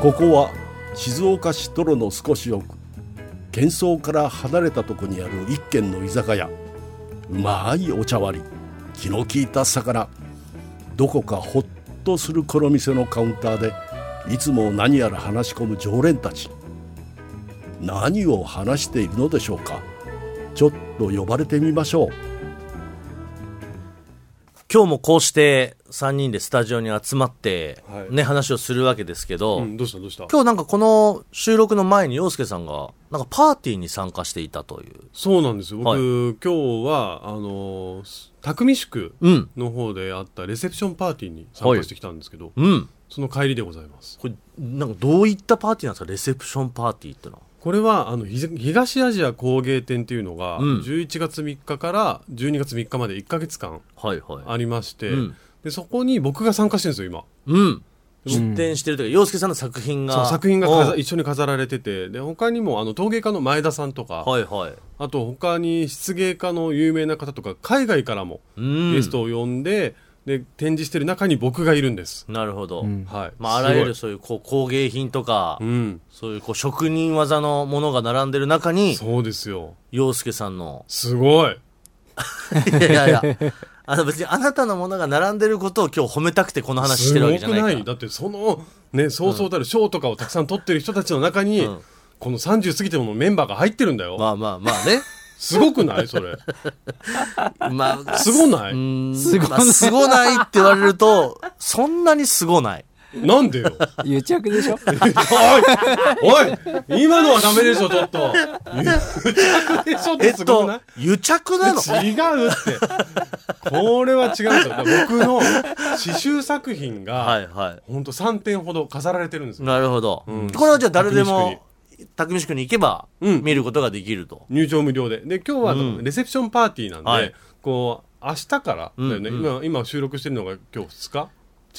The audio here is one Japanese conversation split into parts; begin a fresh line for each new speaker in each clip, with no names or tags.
ここは静岡市泥の少し奥喧騒から離れたとこにある一軒の居酒屋うまいお茶割り気の利いた魚どこかほっとするこの店のカウンターでいつも何やら話し込む常連たち何を話しているのでしょうかちょっと呼ばれてみましょう
今日もこうして3人でスタジオに集まって、
はい
ね、話をするわけですけど、
うん、どうしたどうした
今日なんかこの収録の前に洋介さんが、なんかパーティーに参加していたという。
そうなんですよ僕、
はい
今日はあのー匠宿
うん。
の方であったレセプションパーティーに参加してきたんですけど、
うん。
その帰りでございます
これ、なんかどういったパーティーなんですかレセプションパーティーってのは。
これはあのひ東アジア工芸展っていうのが、
うん
11月3日から12月3日まで1か月間
はいは
ありまして、
うん
でそこに僕が参加してるんですよ今
い。うん。出展してるというか、洋介さんの作品
そ
が。
う作品が飾
うん
一緒に飾られててで他にもあの陶芸家の前田さんとか、
はいはい。
あと他に漆芸家の有名な方とか海外からも
うん。
ゲストを呼んで,、で展示してる中に僕がいるんです、
なるほど。
はい
まあ、あらゆる
す
そういうこう工芸品とか、
ごいうん
そういうこう職人技のものが並んでる中に、
そうですよ
洋介さんの
すごい
いやいやい や。あの別にあなたのものが並んでることを今日褒めたくてこの話してるわけじゃない
す
か
ご
ら。
くないだってそのねそうそうたる賞とかをたくさん取ってる人たちの中に、
うん
この30過ぎてものメンバーが入ってるんだよ、
まあまあまあ ね。
すごくな いそれ
まあ、
すごないう
ーん
すごな
ま
い
あすごないって言われると、そんなにすごない。
なんでよ
癒着でしょ
おいおい今のはダメでしょちょっと癒着でしょっ
えって
すごくない
と、癒着なの
違うってこれは違うんですよだから僕の刺繍作品
は
が
いは
ほんと3点ほど飾られてるんです
い。
よ
なるほど。
うん
これはじゃあ誰でも、匠宿に行けば、
うん
見ることができると。
入場無料でで今日はあ
う
の
ん
レセプションパーティーなんで、
はい
こう明日からだよね、
うんう
今今収録してるのが今日2日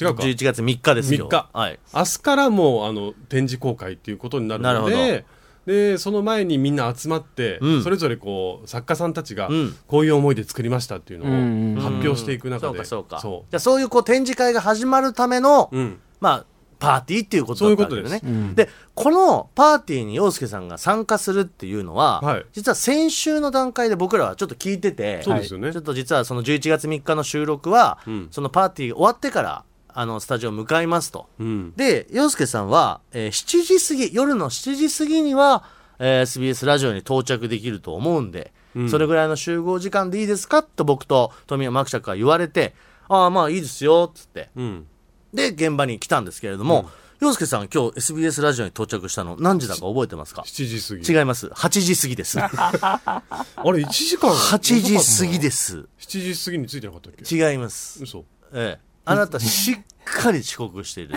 違うか
11月3日ですよ。
3日
はい。
明日からもうあの展示公開っていうことになるの
なる
ででその前にみんな集まって、
うん
それぞれこう作家さんたちが
うん
こういう思いで作りましたっていう
うんう
のを
ん
発表していく中で、
うんそうかそうか
そ。
じゃあそういうこう展示会が始まるための、
ううん
まあ、パーティーっていうことだったわけだよね。
そ
でこのパーティーに洋介さんが参加するっていうのは、
はい
実は先週の段階で僕らはちょっと聞いてて、
そうですよね、
ちょっと実はその11月3日の収録は、
うん
そのパーティー終わってから、あの、スタジオ向かいますと。
うん
で、洋介さんは、えー7時過ぎ、夜の7時過ぎには、えー SBS ラジオに到着できると思うんで、それぐらいの集合時間でいいですかと僕と富山クシャから言われて、ああ、まあいいですよ、つって。
うん
で、現場に来たんですけれども、洋介さん今日 SBS ラジオに到着したの何時だか覚えてますか
7時過ぎ
違います。8時過ぎです。8
あれ1時間
時過
ぎ
ぎです。
7時過ぎについてなかったっけ
違い ます。
嘘
ええ。あなたしっかり遅刻している。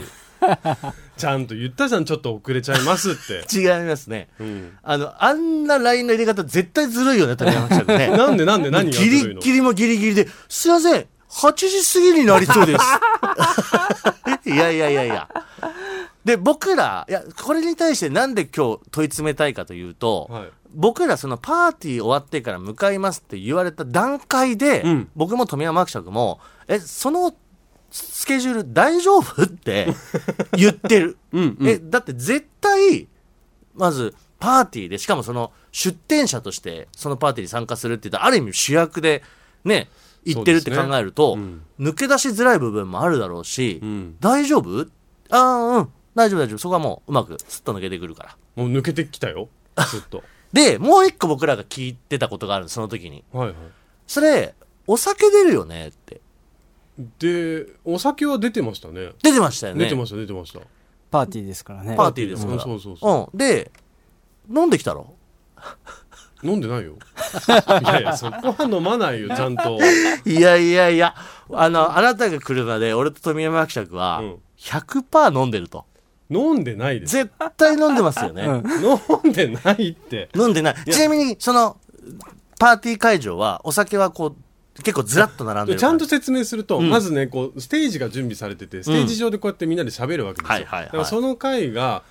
ちゃんと言ったじゃんちょっと遅れちゃいますって
違いますね。
ん
あの、あんな LINE の入れ方絶対ずるいよね、富山ちゃん ね。
なんでなんで何が
ギ
ずる
リ
いの
ギリもギリギリで、すいません、8時過ぎになりそうです。 いやいやいやいや。で、僕ら、いや、これに対してなんで今日問い詰めたいかというと、
はい
僕らそのパーティー終わってから向かいますって言われた段階で、
うん
僕も富山伯爵も、え、そのスケジュール大丈夫 って言ってる。
うん
え、だって絶対、まず、パーティーで、しかもその、出店者として、そのパーティーに参加するって言ったら、ある意味主役で、ね、行ってるって考えると、
そうですね
抜け出しづらい部分もあるだろうし、
うん
大丈夫ああ、うん、大丈夫大丈夫。そこはもう、うまく、すっと抜けてくるから。
もう抜けてきたよずっと
で、もう一個僕らが聞いてたことがあるのその時に。
はいはい
それ、お酒出るよねって。
でお酒は出てましたね
出てましたよね。
出てました出てました
パーティーですからね
パーティーですから。
うんそうそうそ
うんで、飲んできたろ
飲んで ないよいやいやそこは飲まないよちゃんと
いやいやいや、あの、あなたが来るまで、俺と富山伯爵は
うん、
100%飲んでると。
飲んでないです
絶対飲んでますよね。
飲んでない って
飲んでない。ちなみに、その、パーティー会場は、お酒はこう、結構ずらっと並んで
で
る
ちゃんと
と。
説明すると、まずねこうステージが準備されててステージ上でこうやってみんなで喋るわけですよ、
はいはいはい
だからその回が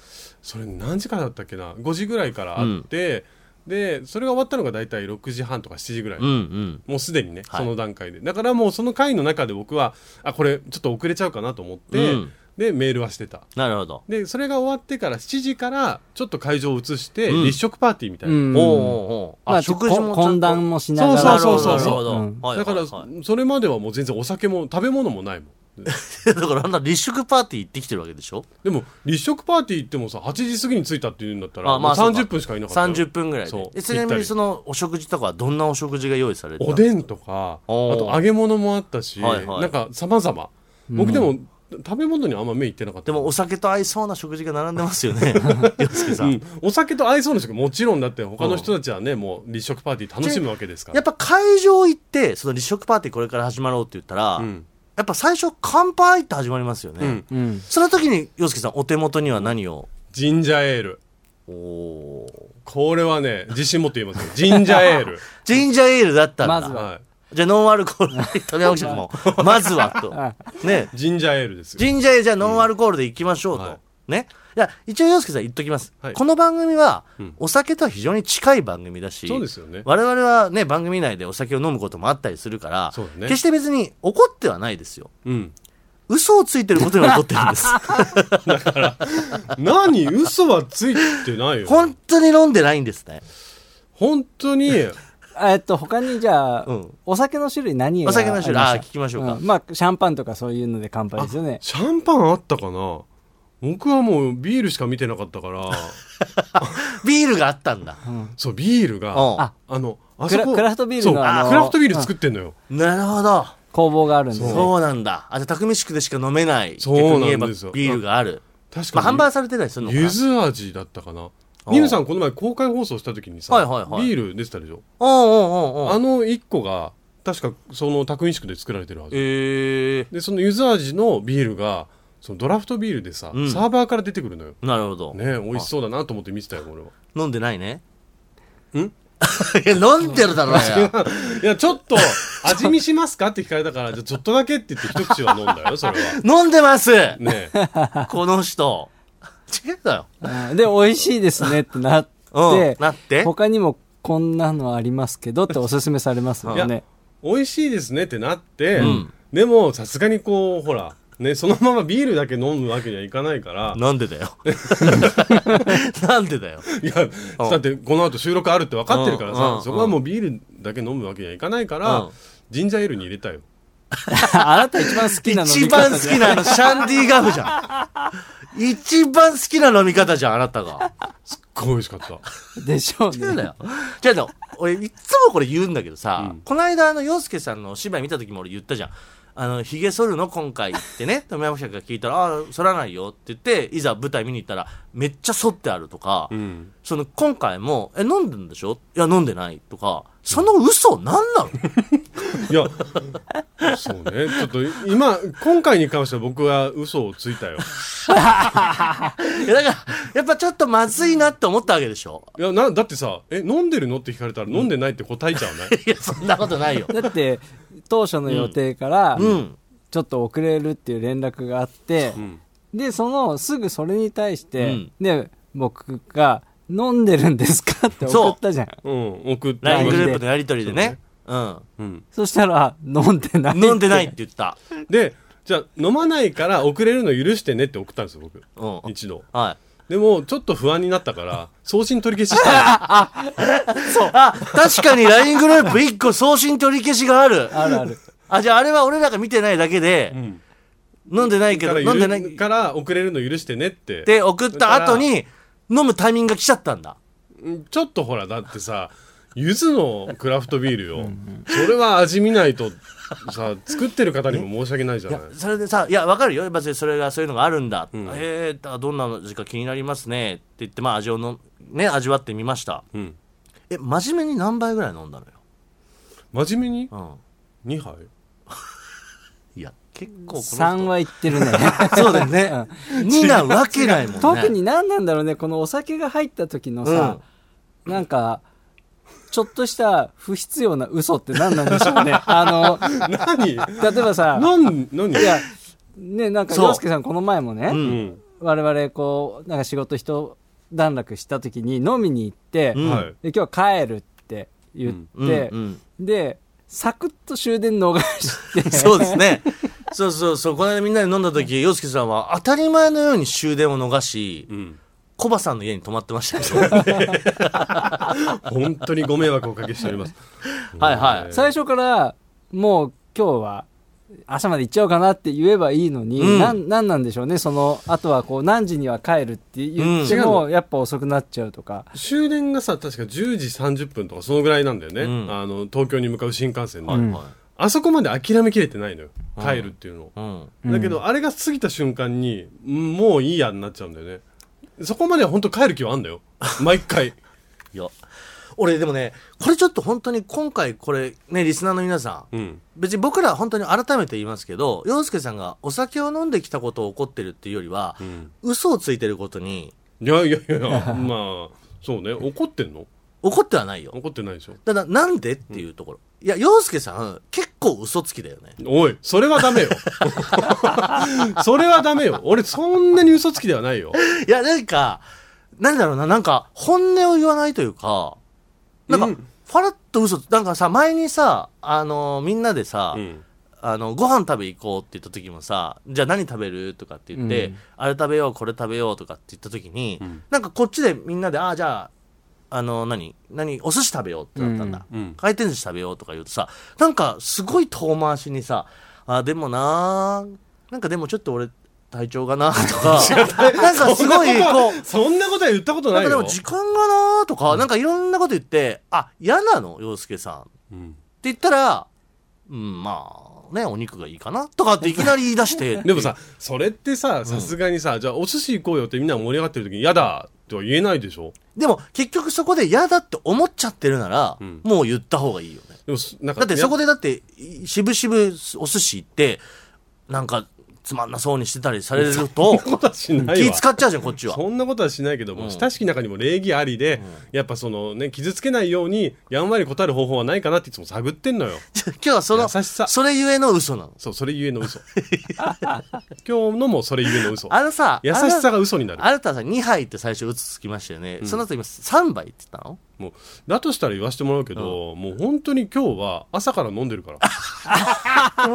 それ何時からだったっけな5時ぐらいからあって、でそれが終わったのが大体6時半とか7時ぐらい、
うんうん。
もうすでにね、
はい
その段階でだからもうその回の中で僕はあこれちょっと遅れちゃうかなと思って、
うん
でメールはしてた
なるほど。
でそれが終わってから7時からちょっと会場を移して
うん
立食パーティーみたいな、
うん
おうおうおうあ、
まあ、
食事もちゃんと
懇談もしながら。
なるほ
そう
ど
そうそうそう
うん
なるほどはい
だか
はい
ら、
はい
それまではもう全然お酒も食べ物もないもん
だからあんな立食パーティー行ってきてるわけでしょ
でも立食パーティー行ってもさ8時過ぎに着いたっていうんだったら
あまあ
もう
そう
30
か
分しかいなかったよ
30分ぐらいで
そう
えちな
ぴ
み
った
に
り
そのお食事とかはどんなお食事が用意されてた
おでんとかあ
おー
と揚げ物もあったし、
はいはい
なんか様々僕でも、食べ物にあんま目いってなかった
でもお酒と合いそうな食事が並んでますよ ね洋介さん、
うんお酒と合いそうな人もちろんだって他の人たちはね、もう立食パーティー楽しむわけですから
やっぱ会場行ってその立食パーティーこれから始まろうって言ったら、
うん
やっぱ最初乾杯って始まりますよね、
うん
うん。
その時に洋介さんお手元には何を
ジンジャーエール
おお
これはね自信持って言いますよジンジャーエール、
ジンジャーエールだったんだ
まずは
は
じゃあノンアルコールで食べましょう もうまずはとね
い、ジンジャーエールですよ
ジンジャーエールじゃあノンアルコールでいきましょうと。
うんはい
ね。いや、一応洋介さん言っときます。
はい
この番組は
うん、
お酒とは非常に近い番組だし、
そうですよね
我々はね、番組内でお酒を飲むこともあったりするから、
そうだね
決して別に怒ってはないですよ。
うん
嘘をついてることに怒ってるんで す。
何嘘はついてないよ
本当に飲んでないんですね。
本当に
えっと、他にじゃあ、
うん
お酒の種類何が
お酒の種類、あ
あ
あ
り
ー、
まし
聞きましたょうか。
うんまあ、シャンパンとかそういうので乾杯ですよね。
シャンパンあったかな僕はもうビールしか見てなかった から
ビールがあったんだ。
そうビールが
うん
あのあそこ
クラクラフトビールの
そう
あの
クラフトビール作ってんのよ
なるほど。
工房があるんですね。
そうなんだ。あ、じゃあ、匠宿でしか飲めない。
そうなんです
逆に言え
よ
ばビールがある。
確
まあ、
か
販
に
売されてたりするのかな
ゆず味だったかな
おう
ニムさんこの前公開放送した時にさ、
はいはいはい
ビール出てたでしょ、
うんうんうんうん。
あの1個が確かその宅飲宿で作られてるはず
ええ
でそのゆず味のビールがそのドラフトビールでさ、
うん
サーバーから出てくるのよ
なるほど。
ねえ美味しそうだなと思って見てたよ俺は
飲んでないね。
ん
いや、飲んでるだろうよ。
いやちょっ と味見しますかって聞かれたからじゃあちょっとだけって言って一口は飲んだよそれは
飲んでます
ねえ
この人。違うだよ。
うんで、美味しいですねってなっ
うん
て。、
なって。
他にもこんなのありますけどっておすすめされますよ
い
ね。
美味しいですねってなって、
うん
でもさすがにこうほらねそのままビールだけ飲むわけにはいかないから
なんでだよ。 なんでだよ。
いやだってこの後収録あるって分かってるから
うんうんう
さ
ん
そこはもうビールだけ飲むわけにはいかないから、
うん
ジンジャーエールに入れたよ
あなた一番好きなの
一番好きなあのシャンディガムじゃん。一番好きな飲み方じゃん、あなたが。
すごい美味しかった
でしょう
違うだ
ね。
よ。違うだよ。俺、いつもこれ言うんだけどさ、この間、あの、洋介さんのお芝居見た時も俺言ったじゃん。あの、髭剃るの今回ってね、 富山記者が聞いたら、ああ、剃らないよって言って、いざ舞台見に行ったら、めっちゃ剃ってあるとか、
ん
その、今回も、え、飲んでんでしょいや、飲んでないとか、その嘘なんなの
いやそうねちょっと今今回に関しては僕は嘘をついたよ
いや、だから、やっぱちょっとまずいなって思ったわけでしょ
いやなだってさ「え飲んでるの?」って聞かれたら飲んでないって答えちゃうね、
いや、そんなことないよ。
だって、当初の予定から、
うん。
ちょっと遅れるっていう連絡があって、で、その、すぐそれに対し
う
て
ん、
で、僕が、飲んでるんですかって送ったじゃん。
うん、送って
ライ
LINE
ン
グル
で
ープのやりとりでね。うん。
うん、
そしたら、飲んでない。
飲んでないって言った。
でじゃあ飲まないから遅れるの許してねって送ったんですよ僕
うん。
一度
はい。
でもちょっと不安になったから送信取り消ししたの
そう。あ、確かに LINE グループ1個送信取り消しがある。
あるある。
あ、じゃああれは俺らが見てないだけで、
ん
飲んで ないけ
か
ど、
ら
飲んでない
ゆる
っ
から遅れるの許してねって
て送った後に、飲むタイミングが来ちゃったんだ。
うんちょっとほらだってさゆずのクラフトビールよそれは味見ないとさ作ってる方にも申し訳ないじゃ
い
ない
や、それでさ、いや、わかるよ。別にそれが、そういうのがあるんだ。へえ、だどんな味か気になりますね。って言って、まあ味をの、ね、味わってみました。
うん、
え、真面目に何杯ぐらい飲んだの
真面目に
よ。
2杯
うん。いや、結構この人
3は言ってるね。
そうだよね。2なわけないもんね。
特に何なんだろうね、このお酒が入った時のさ、なんか、ちょっとした不必要な嘘って何なんでしょうね。あ
何
の、例えばさ、
何何
いや、ね、なんか、
そう
洋介さんこの前もね、
う。
うんん、
我々こう、なんか仕事一段落した時に飲みに行って、
うん
はい
で今日は帰るって言って、
うんうん
で、サクッと終電逃して、
そうですね。そうそうそう、この間みんなで飲んだ時、洋介さんは当たり前のように終電を逃し、コバさんの家に泊まってましたけど
本当にご迷惑をおかけしております。
はいはい。
最初からもう今日は朝まで行っちゃおうかなって言えばいいのに、
うん
なん、なんなんでしょうねそのあとはこう何時には帰るって言っても、やっぱ遅くなっちゃうとか
終電がさ、確か10時30分とかそのぐらいなんだよね。
うん
あの、東京に向かう新幹線の。
うん
はい
あそこまで諦めきれてないのよ。帰るっていうのを。
うん。
うん
だけど、あれが過ぎた瞬間に、うんもういいやになっちゃうんだよね。そこまでは本当帰る気はあんだ よ。毎回。
いや。俺でもね、これちょっと本当に今回これね、リスナーの皆さん、
うん。
別に僕らは本当に改めて言いますけど、洋介さんがお酒を飲んできたことを怒ってるっていうよりは、
ん
嘘をついてることに
いやいやいや、まあ、そうね。怒ってんの
怒ってはないよ。
怒ってないでしょ。
ただ、なんでっていうところ。いや、洋介さん、結構嘘つきだよね。
おい、それは ダメよ。それはダメよ。俺そんなに嘘つきではないよ。
いや、なんか、なんだろうな、なんか、本音を言わないというか、なんか、
うん
ファラッと嘘つ、なんかさ、前にさ、あのみんなでさ、
うん。
あの、ご飯食べ行こうって言った時もさ、じゃあ何食べるとかって言って、
うん
あれ食べよう、これ食べようとかって言った時に、
うん
なんかこっちでみんなで、ああ、じゃあ、あの、何何お寿司食べようってなったんだ。
うん。
回転寿司食べようとか言うとさ、なんかすごい遠回しにさ、あ、でもなーなんかでもちょっと俺、体調がなとか、なんかす ごい、こう、
そんなことは言ったこと
な
なんい
かで
よ
も。時間がなーとか、なんかいろんなこと言って、あ、嫌なの洋介さん。って
うん
言ったら、うん、まあ、ね、お肉がいいかなとかっていきなり言い出して。
でもさ、それってさ、さすがにさ、じゃあお寿司行こうよってみんな盛り上がってる時に嫌だとは言えないでしょ
でも結局そこで嫌だって思っちゃってるなら、
ん
もう言った方がいいよね。
でもす、なんか、
だってそこ
で、
でだって、しぶしぶお寿司行って、なんかつまんなそうにしてたりされると、
そんなことはしないわ。
気使っちゃうじゃん、こっちは。
そんなことはしないけども、
うん
親しき中にも礼儀ありで、やっぱそのね、傷つけないように、やんわり答える方法はないかなっていつも探って んのよ。
今日はその、
優しさ
それゆえの嘘なの。
そう、それゆえの嘘。 今日のもそれゆえの嘘。
あのさ、
優しさ
が。
が嘘になる。
あなたさ、2杯って最初嘘つきましたよね。その後今3杯って言ったの
もう、だとしたら言わせてもらうけど、もう本当に今日は朝から飲んでるから。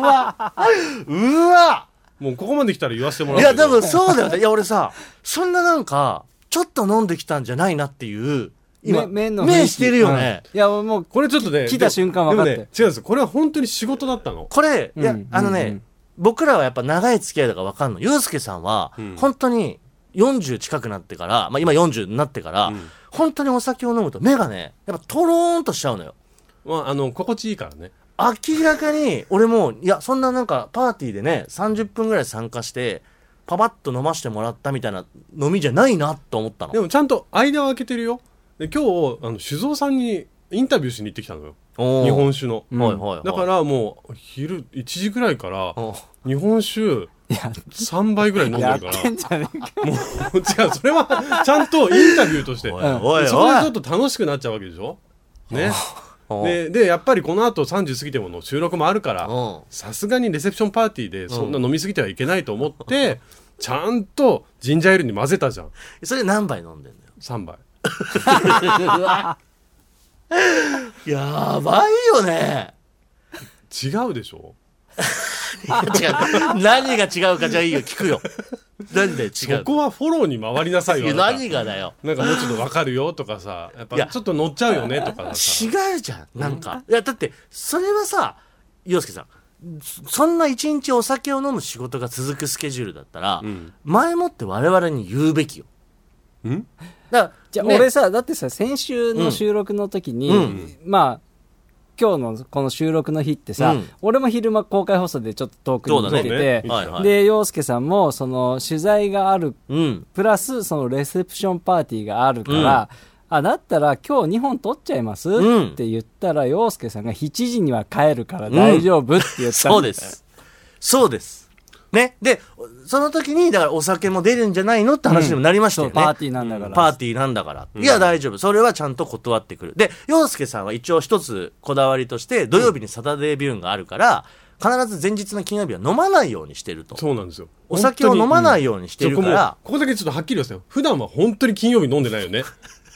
うわ
もうここまで来たら言わせてもら
いうや、
け
多
ど。
分そうだよね。いや、俺さ、そんななんか、ちょっと飲んできたんじゃないなっていう、今、
め麺の雰囲気
目してるよね。
うんいやもう
これちょっとね。
き来た瞬間分かった
でもね違うんですよこれは本当に仕事だったの。
これ、いや、
うん
あのね、
うんうん
僕らはやっぱ長い付き合いだから分かんの。ゆうすけさんは、
ん
本当に40近くなってから、まあ今40になってから、本当にお酒を飲むと目がね、やっぱとろーんとしちゃうのよ。
まあ、あの、心地いいからね。
明らかに、俺も、いや、そんななんか、パーティーでね、30分ぐらい参加して、パパッと飲ましてもらったみたいな飲みじゃないなと思ったの
で。もちゃんと間を空けてるよ。で今日、あの、酒造さんにインタビューしに行ってきたのよ。
おー
日本酒の。
はいはいはい。
だからもう、昼、1時ぐらいから、
おー、
日本酒、3杯ぐらい飲んで
や
るか
って
ら。
んじゃねえか
もう、 違う、それは、ちゃんとインタビューとして。
おい
ん
おいおい。
そこでちょっと楽しくなっちゃうわけでしょね。
おー
で、で、やっぱりこの後30過ぎてもの収録もあるから
うん、
さすがにレセプションパーティーでそんな飲み過ぎてはいけないと思って、ちゃんとジンジャーエールに混ぜたじゃん。
それ何杯飲んでんのよ。
3杯。
やばいよね。
違うでしょ
違う。何が違うかじゃあいいよ、聞くよ。なんで違う
そこはフォローに回りなさい
いや
よ。あな
何
た
がだよ。
なんかもうちょっとわかるよとかさ、やっ
いや
ぱちょっと乗っちゃうよねとかさ。
違うじゃん、なんか。いや、だって、それはさ、洋介さん、そそんな一日お酒を飲む仕事が続くスケジュールだったら、
ん
前もって我々に言うべきよ。
ん
だから、
じゃあ
ね
俺さ、だってさ、先週の収録の時に、
うん
まあ、今日のこの収録の日ってさ、
うん
俺も昼間公開放送でちょっと遠く
そう
に
だ
出
ね。
て
ね
て、
はいはい。
で、洋介さんも、その、取材がある、
うん。
プラス、その、レセプションパーティーがあるから、あ、だったら今日2本撮っちゃいます、
うん
って言ったら、洋介さんが7時には帰るから大丈夫って言ったの、
そうです。そうです。ね。で、その時に、だからお酒も出るんじゃないのって話にもなりました
そ
よ
う、
ね。
パーティーなんだから。
パーティーなんだから。いや、大丈夫。それはちゃんと断ってくる。で、洋介さんは一応一つこだわりとして、土曜日にサタデービューンがあるから、必ず前日の金曜日は飲まないようにしてると。
そうなんですよ。
お酒を飲まないようにして
そ
る
こ
か
も
ら、
ここだけちょっとはっきり言わせてよ。普段は本当に金曜日飲んでないよね。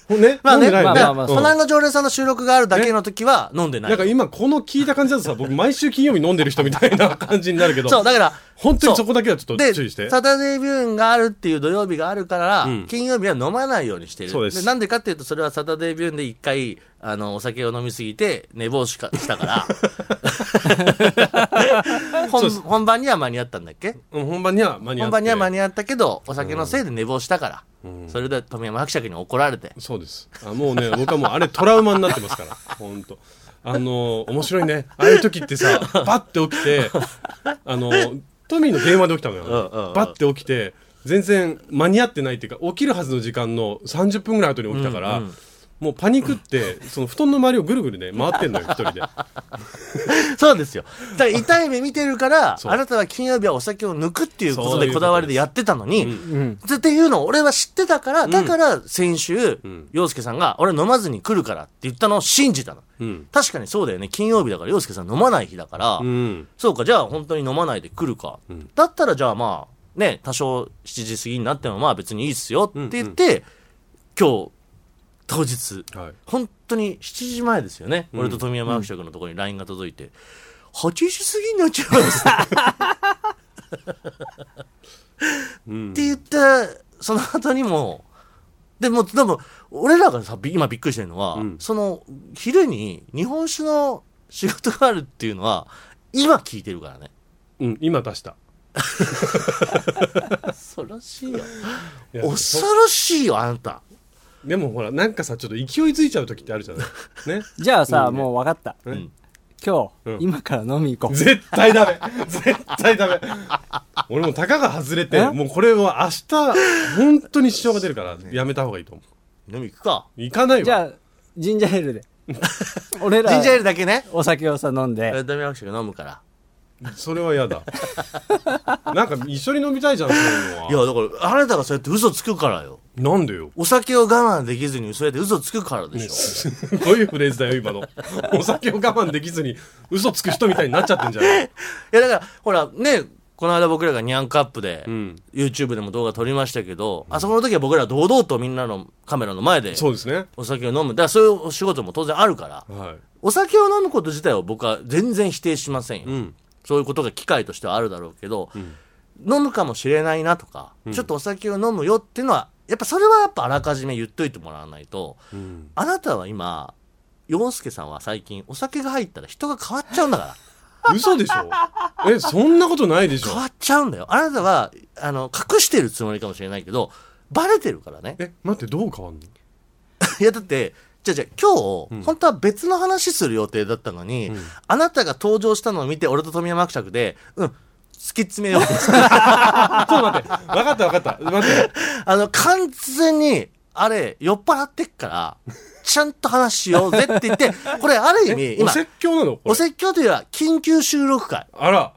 ね、
まあね、
飲んでない
ま
よ
あ
ね
まあまあ、
うん
その間常連さんの収録があるだけの時は飲んでない。
なんか今この聞いた感じだとさ、僕毎週金曜日飲んでる人みたいな感じになるけど、
そう、だから、
本当にそこだけはちょっと
で
注意して。
サタデービューンがあるっていう土曜日があるから、
うん
金曜日は飲まないようにしてる
そうです
なんでかっていうとそれはサタデービューンで一回あのお酒を飲みすぎて寝坊しかした から
そうで
本
す
本番には間に合ったんだっけ
うん本番には間に合っ
本
て
番には間に合ったけどお酒のせいで寝坊したから、それで富山伯爵に怒られて
そうですあ。もうね、 僕はもうあれトラウマになってますから、本当。あの、面白いね。ああいう時っ てさ、バッて起きて、あの、トミーの電話で起きたのよ。
うんうんうん
バッて起きて、全然間に合ってないっていうか、起きるはずの時間の30分ぐらい後に起きたから、もうパニックって、その布団の周りをぐるぐるね、回ってんのよ、一人で。
そうですよだから痛い目見てるから
そう
あなたは金曜日はお酒を抜くっていうこ
そ
と
ういうことで
ですこだわりでやってたのに、
うん。
っていうのを俺は知ってたから、だから先週、
ん
洋介さんが俺飲まずに来るからって言ったのを信じたの。
うん。
確かにそうだよね。金曜日だから洋介さん飲まない日だから、
うん。
そうか、じゃあ本当に飲まないで来るか。
ん
だったらじゃあまあ、ね、多少7時過ぎになってもまあ別にいいっすよって言って、今日、当日、
はい。
本当に7時前ですよね。
ん
俺と富山伯爵のところに LINE が届いて、8時過ぎになっちゃいます
うん
って言って、その後にも、でも、でも、俺らがさ、び今びっくりしてるのは、
うん
その、昼に日本酒の仕事があるっていうのは、今聞いてるからね。
うん、今出した。
恐ろしいよ。
いや
恐ろしいよ、あんた。
でもほら、なんかさ、ちょっと勢いづいちゃう時ってあるじゃない。ね。
じゃあさ、もう分かった。
ん
今日、
うん
今から飲み行こう。
絶対ダメ。絶対ダメ。俺もたかが外れて、
え
もうこれは明日、本当に支障が出るから、やめた方がいいと思
飲み行くか。
う。行かないわ。
じゃあ、ジンジャーエール で。俺ら
ジンジャーエールだけね。
お酒をさ、飲ん
え
で。
ダミアクションが飲むから。。
それは嫌だ。なんか一緒に飲みたいじゃん、そういうのはい
や、だから、あなたがそうやって嘘つくからよ。
なんでよ。
お酒を我慢できずに、そうやって嘘つくからでしょ。
すごいフレーズだよ、今の。お酒を我慢できずに、嘘つく人みたいになっちゃってんじゃない
いやだからほらねこの間僕らがニャンカップで、
ん
YouTube でも動画撮りましたけど、あそこの時は僕ら堂々とみんなのカメラの前で
そうですね。
お酒を飲むだからそういうお仕事も当然あるから
は
お酒を飲むこと自体は僕は全然否定しませんよ、
い。うん。
そういうことが機会としてはあるだろうけど、飲むかもしれないなとか、ちょっとお酒を飲むよっていうのはやっぱそれはやっぱあらかじめ言っといてもらわないと
うん。
あなたは今洋介さんは最近お酒が入ったら人が変わっちゃうんだから
嘘でしょえ、 そんなことないでしょ
変わっちゃうんだよ。あなたは、あの、隠してるつもりかもしれないけど、バレてるからね。
え、待って、どう変わん の
いや、だって、じゃあじゃあ今日、本当は別の話する予定だったのに、あなたが登場したのを見て、俺と富山伯爵で、うん、突き詰め よう。
ちょっと待って、分かった分かった。待って。
あの、完全に、あれ、酔っ払ってっから、ちゃんと話しようぜって言って、これある意味、
お
今、
説教なのこれ
お説教というよりは、緊急収録会。
あら。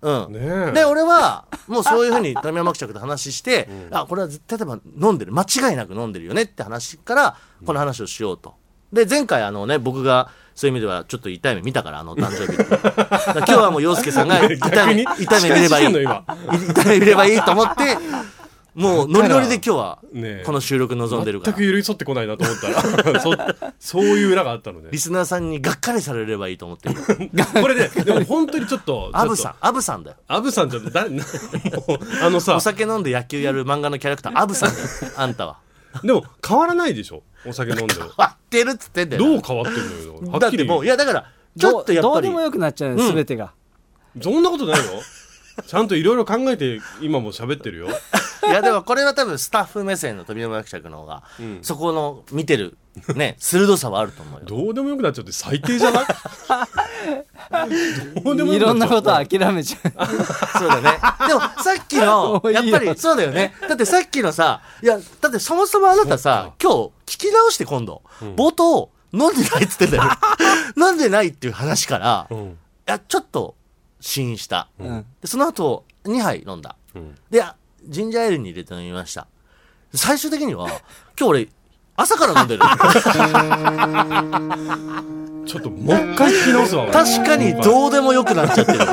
うん。
ねえ。
で、俺は、もうそういうふうに富山伯爵と話して、あ、これは絶対多分飲んでる。間違いなく飲んでるよねって話から、この話をしようと。で、前回あのね、僕が、そういう意味ではちょっと痛い目見たから、あの、お誕生 日って。だから今日はもう洋介さんが痛い
逆
目、
に
痛い目見ればいい。
近づいてんの
い
今
痛い目見ればいいと思って、もうノリノリで今日は
ねえ、
この収録望んでるか
全
ら
く。寄り添ってこないなと思ったら そそういう裏があったのね
リスナーさんにがっかりされればいいと思って る。
これねでも本当にちょっと
アブさ
ん
ん、アブさんだよ。
アブさんじゃだもう あの さ
お酒飲んで野球やる漫画のキャラクター、アブさんだよ。あんた は。
でも変わらないでしょお酒飲 んでも
割ってるっつってんだよな。
どう変わってるのよは
だ
っ
っ
き
て
り
もういやだからちょっとやっ
どう
ぱ
どうで
り
もよくなっちゃうね、
うん
すべてが。
そんなことないよ ちゃんといろいろ考えて今も喋ってるよ
いやでもこれは多分スタッフ目線の富山伯爵の方が、そこの見てるね 鋭さはあると思うよ
どうでもよくなっちゃうって最低じゃない どうでも
い
よ
ろ
く
ん
なっ
な
ちゃ
こ
う
と諦めちゃう。
そうだねでもさっきの
も ういい
や
よ
っぱりそうだよねだってさっきのさいやだってそもそもあなたさ今日聞き直して今度、冒頭飲んでないっつってたよ 飲んでないっていう話から、い
うん
やちょっと試飲した、
うん
でその後2杯飲んだ、
ん
であジンジャーエールに入れて飲みました最終的には今日俺朝から飲んでる 確
ちょっともう一回聞き直すわ俺
かにどうでもよくなっちゃってる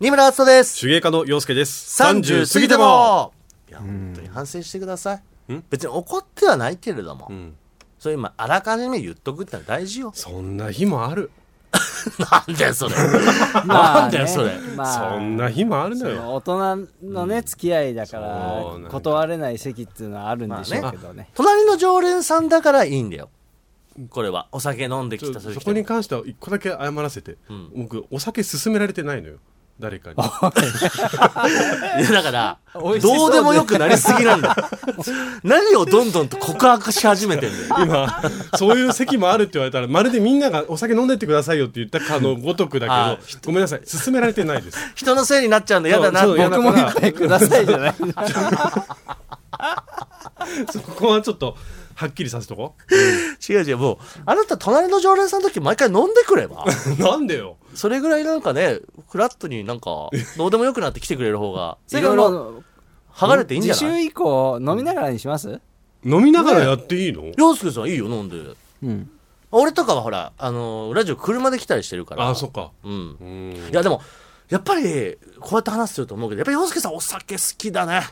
二村敦人です。
手芸家の洋介です。
30過ぎてもいや、本当に反省してください
ん。
別に怒ってはないけれども、
ん。
それ今、あらかじめ言っとくってのは大事よ
そんな日もある。
なんだよ、それ。
ま
な
あ
ん
ね
だよ、それ。
まあ
そんな日もあるのよ。
大人のね付き合いだから
そうなんだ
断れない席っていうのはあるんでしょうけどね,、
隣の常連さんだからいいんだよ。これは。お酒飲んで
ち
き
ょ
た、そういう
そ
人
こに関しては一個だけ謝らせて、僕お酒勧められてないのよ誰かに
いや だから、
美味しそう
どうでもよくなりすぎなん だよ。何をどんどんと告白し始めてんだよ。
今そういう席もあるって言われたらまるでみんながお酒飲んでってくださいよって言ったかのごとくだ
あ
けどごめんなさい勧められてない です
人のせいになっちゃうんだ、やだな。
そうそう
僕
僕も一杯くださいじ ゃない
そこはちょっとはっきりさせとこ
違う違う、もう、あなた隣の常連さんの時毎回飲んでくれば。
う なんでよ
それぐらいなんかね、フラットになん か、どうでもよくなって来てくれる方が、い
それ
ろ
か
い
も
ろ
う
剥がれていいんじゃ
自
な
習
い
以降飲みながらにします
飲みながらやっていいの、
洋介さんいいよ、飲んで。
うん
俺とかはほら、あの、ラジオ車で来たりしてるから。
ああそっか
うん。
うん
いや、でも、やっぱり、こうやって話すると思うけど、やっぱり洋介さんお酒好きだね。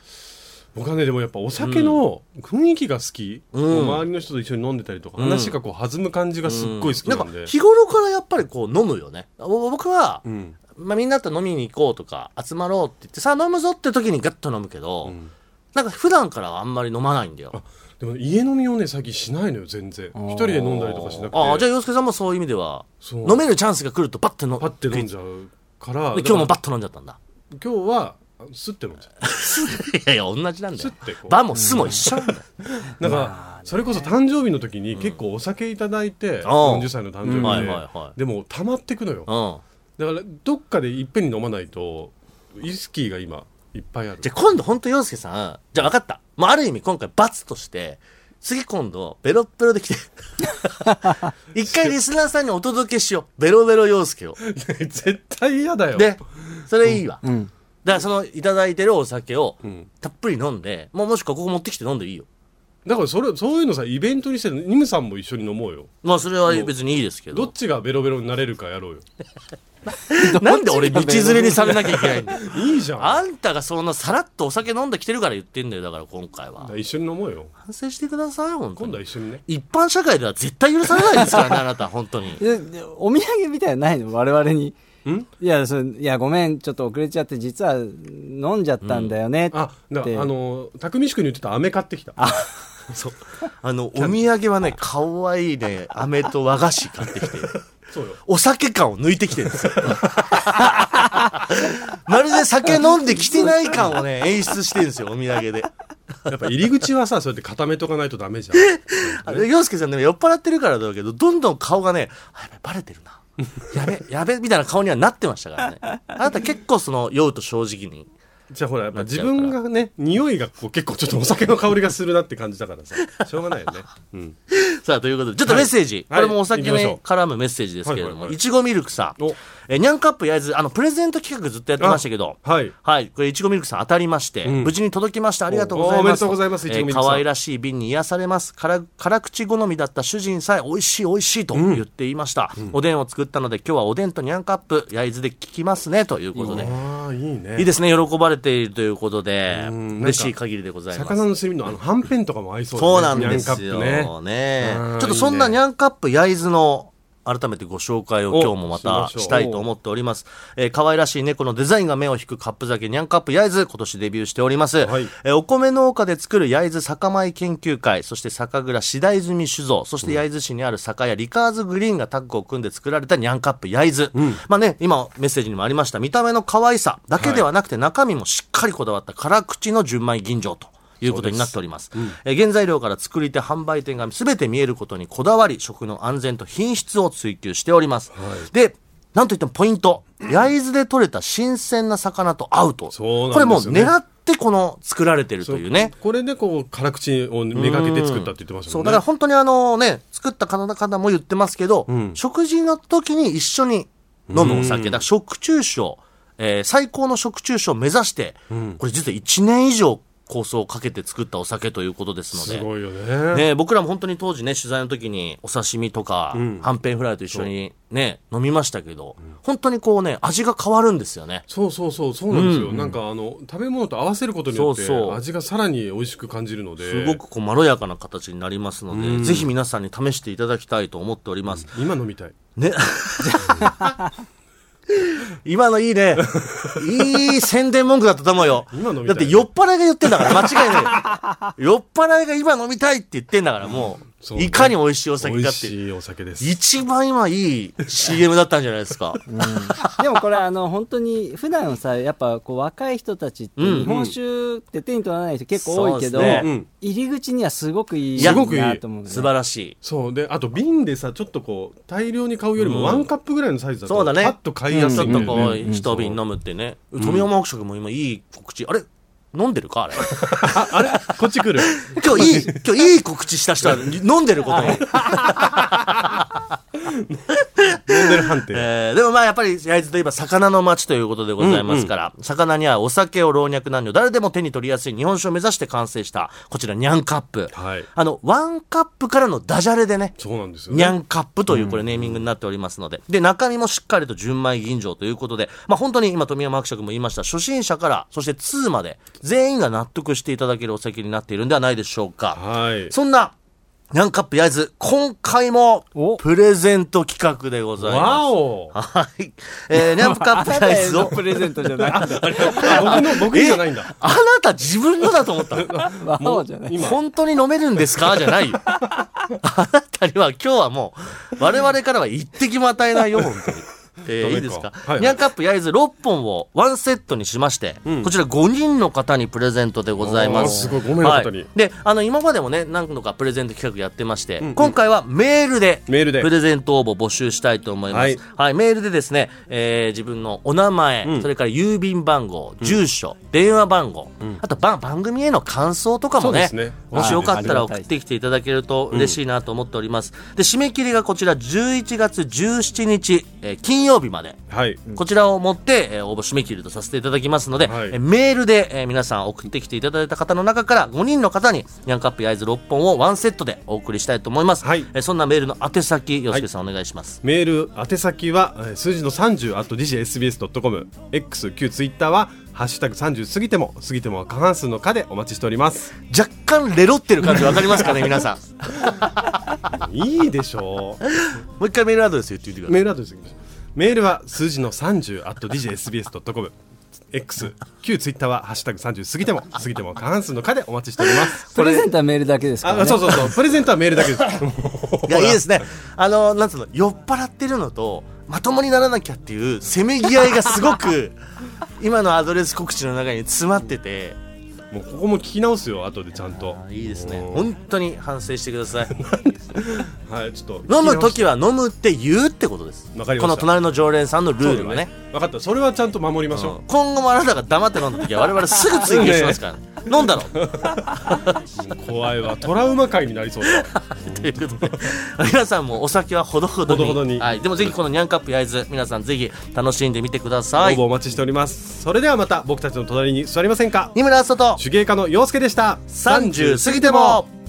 僕はねでもやっぱお酒の雰囲気が好き、
うん
周りの人と一緒に飲んでたりとか、
ん
話がこう弾む感じがすっごい好きなんで、
か日頃からやっぱりこう飲むよねお僕は、
うん
まあ、みんなと飲みに行こうとか集まろうって言ってさあ飲むぞって時にガッと飲むけど、
ん
なんか普段からはあんまり飲まないんだよ
あでも家飲みをね最近しないのよ全然
ー
一人で飲んだりとかしなくて
ああじゃあ洋介さんもそういう意味では
そう
飲めるチャンスが来るとバッて飲
パッて飲ん
で
じゃうから
今日も
だ
バ
か
ッと飲んじゃったんだ
ら今日はスッて飲んじゃう
いやいや同じなんだ
スッ
よ
てこう
バもスも一緒なんだよ、
なんかそれこそ誕生日の時に結構お酒いただいて
あー
40歳の誕
うんは
生
い
日
はいはい
ででも溜まってくのよ
うん、
だからどっかでいっぺんに飲まないとウイスキーが今いっぱいある
じゃあ今度本当洋介さんじゃあ分かった、まあ、ある意味今回罰として次今度ベロッベロで来て一回リスナーさんにお届けしようベロベロ洋介を
絶対嫌だよ
でそれいいわ、だか
うん
らそのいただいてるお酒を
うん
たっぷり飲んで、もうもしくはここ持ってきて飲んでいいよ
だからそれそういうのさイベントにしてニムさんも一緒に飲もうよ
まあそれは別にいいですけ
ど
ど
っちがベロベロになれるかやろうよ
なんで俺道連れにされなきゃいけないんだよ
いいじゃん
あんたがそんなさらっとお酒飲んできてるから言ってんだよだから今回
だ
は
から一緒に飲もうよ
反省してください本当
今度は
に
一緒にね
一般社会では絶対許されないですからねあなた本当に
ででお土産みたいなのないの我々にいやそれいやごめんちょっと遅れちゃって実は飲んじゃったんだよね、
あだ
で
あの匠宿に言ってた飴買ってきた
そう。あの、お土産はね、可愛いね、飴と和菓子買ってきて、
そうよ
お酒感を抜いてきてるんですよ。まるで酒飲んできてない感をね、演出してるんですよ、お土産で。
やっぱ入り口はさそうやって固めとかないとダメじゃん
あれ洋介さんでも酔っ払ってるからだけど、どんどん顔がね、あやべ、バレてるな。やべ、やべ、みたいな顔にはなってましたからね。あなた結構その、酔うと正直に。
じゃあほらやっぱ自分がね匂いがこう結構ちょっとお酒の香りがするなって感じだからさしょうが ないよね、うん、
さあ、ということで、ちょっとメッセージ。
は
こ
い
れもお酒に
行きましょう
絡むメッセージですけれど
はいはい
も、
はい
いちごミルクさん
お。
えー、ニャンカップやいず、あの、プレゼント企画ずっとやってましたけど、
はい
はい。これ、いちごミルクさん当たりまして、
ん
無事に届きました。ありがとうございます。
おおめでとうございますいちごミルクさん
えー可愛らしい瓶に癒されます。から辛口好みだった主人さえ、美味しい美味しいと言っていました。おでんを作ったので、今日はおでんとニャンカップ、焼津で聞きますね、ということで。
ああいいね
いいですね。喜ばれているということで、
うんなんか
嬉しい限りでございます。
魚のすり身のあのはんぺんとかも合いそう
そうな
だ
ん
ね
ですよ
ニャンカップね
ね
うん
ちょっとそんない
い
ニ
ね
ャンカップ焼津の改めてご紹介を
お
今日もまた
しましょう
したいと思っております。えー可愛らしい猫のデザインが目を引くカップ酒ニャンカップ焼津今年デビューしております。
はい
えーお米農家で作る焼津酒米研究会、そして酒蔵志大住酒造、そして焼津市にある酒屋リカーズグリーンがタッグを組んで作られたニャンカップ焼津。まあね、今メッセージにもありました、見た目の可愛さだけではなくて中身もしっかりこだわった辛口の純米吟醸と。いうことになっております、えー原材料から作り手販売店が全て見えることにこだわり食の安全と品質を追求しております、でなんといってもポイント焼津で取れた新鮮な魚と合うと
そうなんです
これ
よね
もう狙ってこの作られてるというね
これでこう辛口をめがけて作ったって言ってました
そ
も
うんだ
ね
から本当にあのね作った方々も言ってますけど、食事の時に一緒に飲むお酒だから食中酒を、えー最高の食中酒を目指して、これ実は1年以上構想をかけて作ったお酒ということですの
す
で。
ごいよね
ね、僕らも本当に当時ね、取材の時にお刺身とか、
ん
はんぺんフライと一緒にね、飲みましたけど、本当にこうね、味が変わるんですよね。
そうそうそうそうなんですよ、なんかあの食べ物と合わせることによって
そうそう
味がさらに美味しく感じるのです
ごくこうまろやかな形になりますので、ぜひ皆さんに試していただきたいと思っております。
今飲みたい
ね。 今のいいね。いい宣伝文句だったと思うよ。
今飲みたい
だって酔っ払いが言ってんだから、間違いない。酔っ払いが今飲みたいって言ってんだから、もう、
そうね
いかに美味しいお
美
酒
味
かっていう。
しいお酒です
一番今いい CM だったんじゃないですか。
でもこれあの本当に普段さやっぱこう若い人たちって
うん
日本酒って手に取らない人結構多いけど、
そうですね
うん
入り口にはすごくいい
いや
なと思う、ね、
素晴らしい。
そうであと瓶でさちょっとこう大量に買うより
うん
もワンカップぐらいのサイズだと、
そうだね
パッと買いやす
ち
い
ょっ
んだ
と
よ
こう、
ね
一瓶飲むってね。富山伯爵も今いい告知。あれ飲んでるかあれ。
ああれこっち来る
今日いい、今日いい告知した人は飲んでることに。
飲んでる判定、
えーでもまあやっぱり焼津といえば魚の町ということでございますから、魚にはお酒を老若男女誰でも手に取りやすい日本酒を目指して完成したこちらニャンカップ、
はい
あのワンカップからのダジャレでね
そうなんですよ、ね、
ニャンカップというこれネーミングになっておりますので、で中身もしっかりと純米吟醸ということで、まあ、本当に今富山伯爵も言いました初心者からそして2まで全員が納得していただけるお酒になっているんではないでしょうか、
はい
そんなニャンカップ焼津今回も
お
プレゼント企画でございます
わおあ
はい。えー、ニャンプカップライス を。
プレゼントじゃないんだ
僕の僕のじゃないんだ
あなた自分のだと思った。
わおじゃない
本当に飲めるんですかじゃないよ。あなたには今日はもう、我々からは一滴も与えないよ、本当に。え
ダ
ー、
メか
いいですか、
はいはい
ニャンカップ焼津6本をワンセットにしまして、こちら5人の方にプレゼントでございます。
おーすごい5名の方に
はいで、あの、今までもね、何度かプレゼント企画やってまして、今回はメールで、
メールで
プレゼント応募募集したいと思います。は
はいい、
メールでですね、えー自分のお名前、それから郵便番号、住所、電話番号、あと番番組への感想とかもね、
そうですね
もしよかったら送
はい
ってきていただけると嬉しいなと思っております。で、締め切りがこちら11月17日、えー金曜日まで。
はい
こちらを持って、えー応募締め切りとさせていただきますので、
はい
えーメールで、えー皆さん送ってきていただいた方の中から5人の方に、ニャンカップ焼津6本をワンセットでお送りしたいと思います。
はい
えーそんなメールの宛先、洋介さん、お願いします。
メール宛先はえー数字の30 at djsbs.com x q ツイッターはハッシュタグ30過ぎても過ぎてもは過半数の課でお待ちしております
若干レロってる感じわかりますか ね、皆さん。
いいでしょう
もう一回メールアドレス言ってみてください。
メールアドレス行きましょうメールは数字の30 at djsbs.com x q ツイッターはハッシュタグ30過ぎても過ぎても過半数の課でお待ちしてお ります
プレゼントはメールだけですから、ね、
あそうそうそうプレゼントはメールだけです
いや、いいですね。あの、なんつうの、酔っ払ってるのと、まともにならなきゃっていう、せめぎ合いがすご く、今のアドレス告知の中に詰まってて、
もうここも聞き直すよ後でちゃんと
いいですね。本当に反省してくだ さい。
はいちょっと
飲む時は飲むって言うってことです。
わかりました
この隣の常連さんのル
そう
ー
だ
ルは
よ
ね
ね。分かったそれはちゃんと守りましょう
うん今後もあなたが黙って飲んだ時は我々すぐ追求しますから、ね、飲んだろ
怖いわトラウマ界になりそ うだ
ということで 皆さんもお酒はほどほどに
ほどほどに
はい、でもぜひこのニャンカップ焼津皆さんぜひ楽しんでみてくださ
応
い
募お待ちしておりますそれではまた僕たちの隣に座りませんか
二村あさと
手芸家の陽介でした
30過ぎても